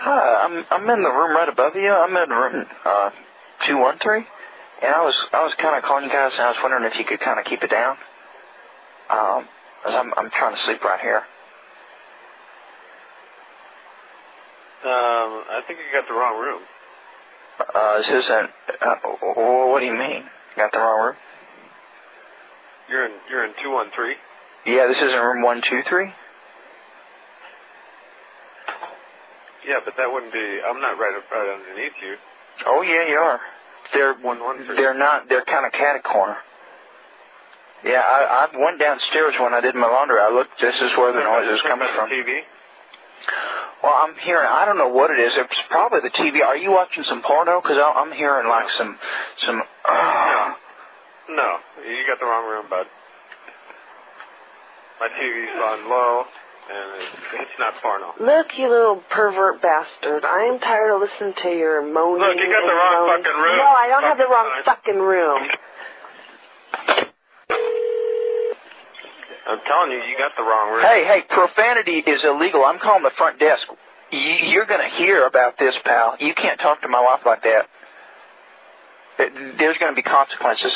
I'm I'm in the room right above you. I'm in room uh two one three, and I was I was kind of calling you guys, and I was wondering if you could kind of keep it down. Um, as I'm I'm trying to sleep right here. Um, I think you got the wrong room. Uh, this isn't. Uh, w- w- what do you mean? Got the wrong room? You're in you're in two one three. Yeah, this isn't room one two three. Yeah, but that wouldn't be. I'm not right right underneath you. Oh yeah, you are. They're One one three. they're not. They're kind of cat corner. Yeah, I, I went downstairs when I did my laundry. I looked. This is where the noise is coming from. TV. Well, I'm hearing. I don't know what it is. It's probably the TV. Are you watching some porno? Because I'm hearing like some some. uh, No. No, you got the wrong room, bud. My TV's on low, and it's, it's not porno. Look, you little pervert bastard. I am tired of listening to your moaning. Look, you got the and wrong groaning. fucking room. No, I don't have the Fucking wrong fine. fucking room. I'm telling you, you got the wrong room. Hey, hey, profanity is illegal. I'm calling the front desk. You, you're going to hear about this, pal. You can't talk to my wife like that. There- There's going to be consequences.